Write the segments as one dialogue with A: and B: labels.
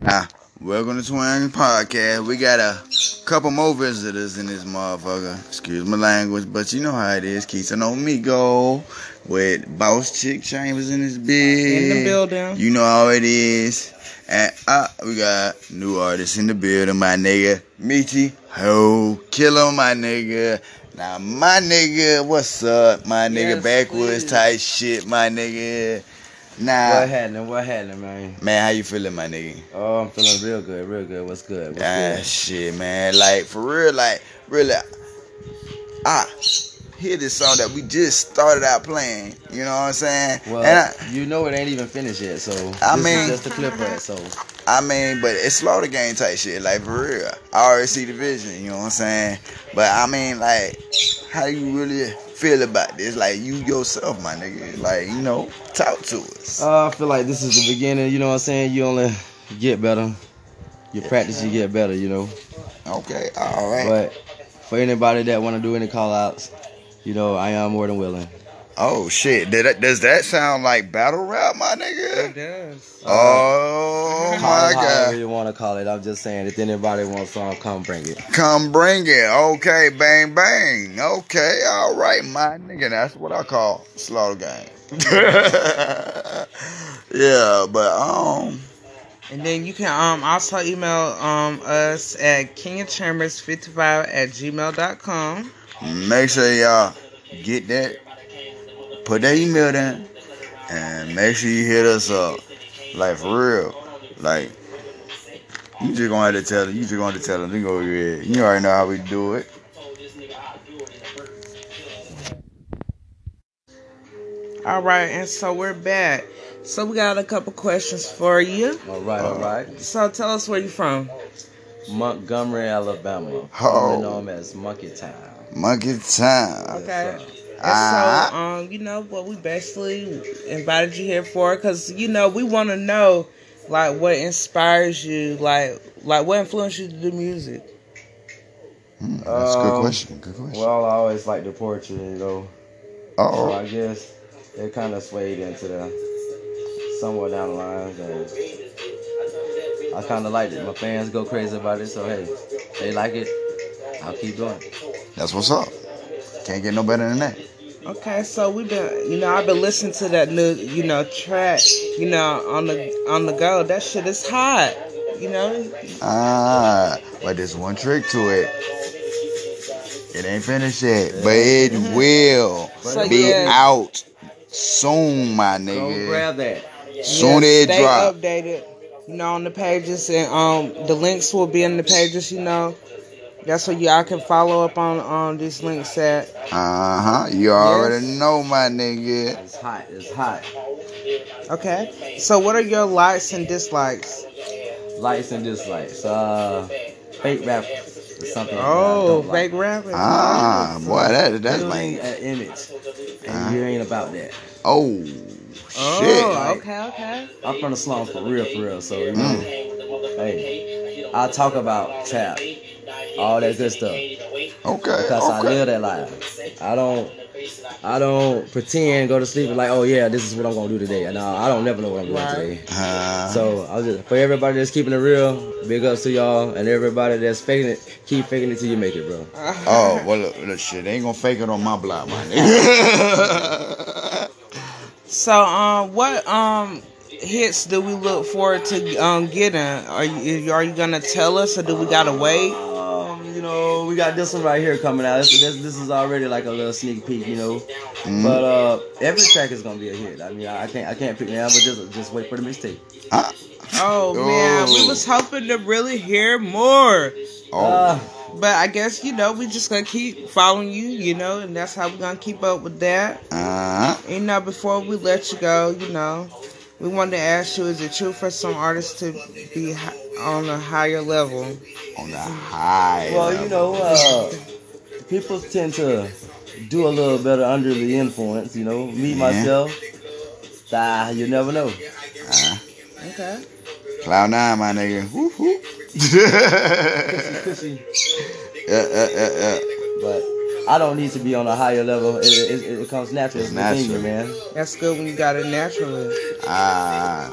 A: Now, Ah, welcome to Twang Podcast. We got a couple more visitors in this motherfucker. Excuse my language, but you know how it is. Keith and Omigo with Boss Chick Chambers in this bitch.
B: In the building.
A: You know how it is. And uh, we got new artists in the building, my nigga. Meaty, ho, killer, my nigga. Now, my nigga, what's up, my nigga?
B: Yes,
A: Backwoods
B: please.
A: type shit, my nigga. Nah,
C: What happening? What happening, man?
A: man, how you feeling, my nigga?
C: Oh, I'm feeling real good, real good. What's good? What's
A: Ah,
C: good?
A: shit, man. Like, for real, like, really, I hear this song that we just started out playing. You know what I'm saying?
C: Well,
A: and
C: you know it ain't even finished yet, so
A: I
C: this
A: mean-
C: is just a clip of it. So
A: I, I mean, but it's slow the game type shit. Like, for real. I already see the vision. You know what I'm saying? But, I mean, like, how you really feel about this? Like, you yourself, my nigga. Like, you know, talk to us.
C: uh, I feel like this is the beginning. You know what I'm saying? You only get better. You practice, you get better. You know.
A: Okay, all right.
C: But for anybody that want to do any call outs, you know I am more than willing.
A: oh, shit. Did that, does that sound like battle rap, my nigga?
B: It does.
A: Oh,
C: Call
A: my
C: it
A: God.
C: however you want to call it. I'm just saying, if anybody wants some, come bring it.
A: Come bring it. Okay, bang, bang. Okay, all right, my nigga. That's what I call slaughter game. yeah, but um,
B: And then you can um also email um us at kingofchambers55 at gmail.com.
A: make sure y'all get that, put that email down, and make sure you hit us up. Like for real, like you just gonna have to tell them. You just gonna have to tell them. You go ahead. You already know how we do it.
B: All right, and so we're back. So we got a couple questions for you.
C: All right, all right.
B: So tell us where you from.
C: Montgomery, Alabama.
A: Oh.
C: Commonly known as Monkey Town.
A: Monkey time.
B: Okay.
C: Yes, sir.
B: And
A: Ah.
B: so, um, you know what we basically invited you here for, cause you know we want to know, like, what inspires you, like, like what influenced you to do music.
A: Hmm, that's a good
C: Um,
A: question. Good question.
C: Well, I always liked the poetry, you know. So
A: oh,
C: I guess it kind of swayed into the somewhere down the line. And I kind of liked it. My fans go crazy about it, so hey, they like it. I'll keep doing it.
A: that's what's up. Can't get no better than that.
B: Okay, so we've been, you know, I've been listening to that new, you know, track, you know, on the on the go. That shit is hot, you know.
A: Ah, but there's one trick to it. It ain't finished yet, but it will
B: Mm-hmm. So,
A: be
B: yeah.
A: out soon, my
C: Go
A: nigga.
C: grab that.
A: Soon
B: Yeah,
A: it drop.
B: Stay updated, you know, on the pages, and um, the links will be in the pages, you know. That's where y'all can follow up on on these links at.
A: Uh huh. You already know, my nigga.
C: It's hot. It's hot.
B: Okay. So what are your likes and dislikes?
C: Likes and dislikes. Uh, fake rap is something. that I
B: Oh,
C: don't like.
B: fake rapping.
A: Ah, boy, that that's
C: Building
A: like,
C: an image, and
A: Uh-huh.
C: you ain't about that.
A: oh shit.
B: Oh, okay, okay.
C: I'm from the slums for real, for real. So you know, hey, I talk about trap, all that good stuff,
A: Okay,
C: because I
A: okay.
C: live that life. I don't, I don't pretend, go to sleep and like, oh yeah, this is what I'm gonna do today. No, I don't never know what I'm doing
B: Right.
C: today.
A: Uh,
C: So I was just for everybody that's keeping it real, big ups to y'all, and everybody that's faking it, keep faking it till you make it, bro.
B: uh,
A: Oh, well, look, look, shit, they ain't gonna fake it on my block, my nigga.
B: So um, what um hits do we look forward to um getting? Are you are you gonna tell us or do we gotta wait?
C: Um, you know, we got this one right here coming out. This, this, this is already like a little sneak peek, you know.
A: Mm-hmm.
C: But uh, every track is gonna be a hit. I mean, I, I can't, I can't pick now, but just, just wait for the mixtape.
A: Ah,
B: Oh man, we
A: Oh.
B: was hoping to really hear more,
A: oh,
C: Uh,
B: but I guess you know we just gonna keep following you, you know, and that's how we gonna keep up with that.
A: uh,
B: You know, before we let you go, you know, we wanted to ask you: Is it true for some artists to be hi- on a higher level?
A: on the high.
C: well, you
A: level.
C: know, uh, people tend to do a little better under the influence. You know, me myself, ah, you never know.
B: Okay.
A: uh. Cloud nine, my nigga. Woo woo. yeah,
C: Cushy.
A: yeah, yeah, yeah.
C: But I don't need to be on a higher level. It, it, it, it comes natural.
A: It's
C: It's within you,
A: natural.
C: man.
B: That's good when you got it naturally.
A: Ah, uh,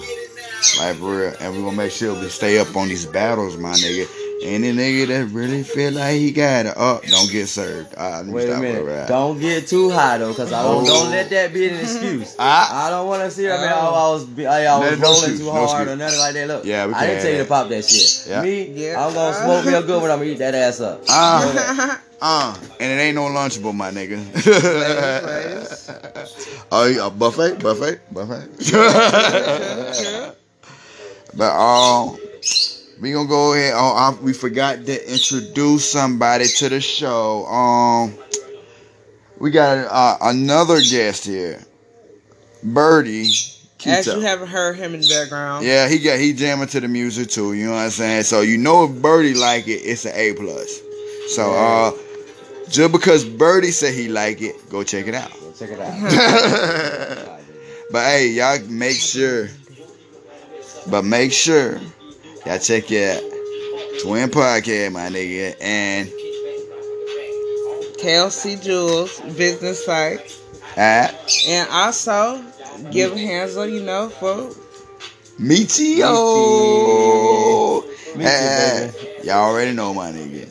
A: Like for real. And we gonna make sure we stay up on these battles, my nigga. Any nigga that really feel like he got it up, don't get served. All right, let me
C: Wait a
A: stop
C: minute.
A: right.
C: Don't get too high though, cause I don't,
A: Oh.
C: don't let that be an excuse.
A: Ah,
C: I don't want to see that man.
B: Oh.
C: Oh, I was, be- I, I was
A: No, no
C: rolling
A: shoes,
C: too
A: no
C: hard
A: shoes.
C: or nothing like that. Look,
A: Yeah, we
C: I didn't
A: can't
C: tell you to
A: have
C: pop that shit.
A: Yeah.
C: Me,
B: Yeah.
C: I'm gonna smoke real good when I'm gonna eat that ass up.
A: ah, ah. And it ain't no lunchable, my nigga.
B: Ladies,
A: Oh, yeah, buffet, buffet, buffet. But um, we gonna go ahead. Oh, I, we forgot to introduce somebody to the show. Um, we got uh, another guest here, Birdie.
B: As
A: Keto.
B: you haven't heard him in the background.
A: yeah, he got he jamming to the music too. You know what I'm saying? So you know if Birdie like it, it's an A plus. So uh, just because Birdie said he like it, go check it out.
C: Go check it out.
A: but hey, y'all make sure. But make sure y'all check out Twin Podcast, my nigga, and
B: KLC Jewels business site,
A: at
B: and also give a hands up, you know, for
A: Meetio.
C: Me too,
A: Hey,
C: baby.
A: Y'all already know, my nigga.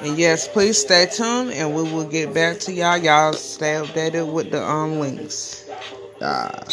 B: and yes, please stay tuned, and we will get back to y'all. Y'all stay updated with the um links.
A: Ah.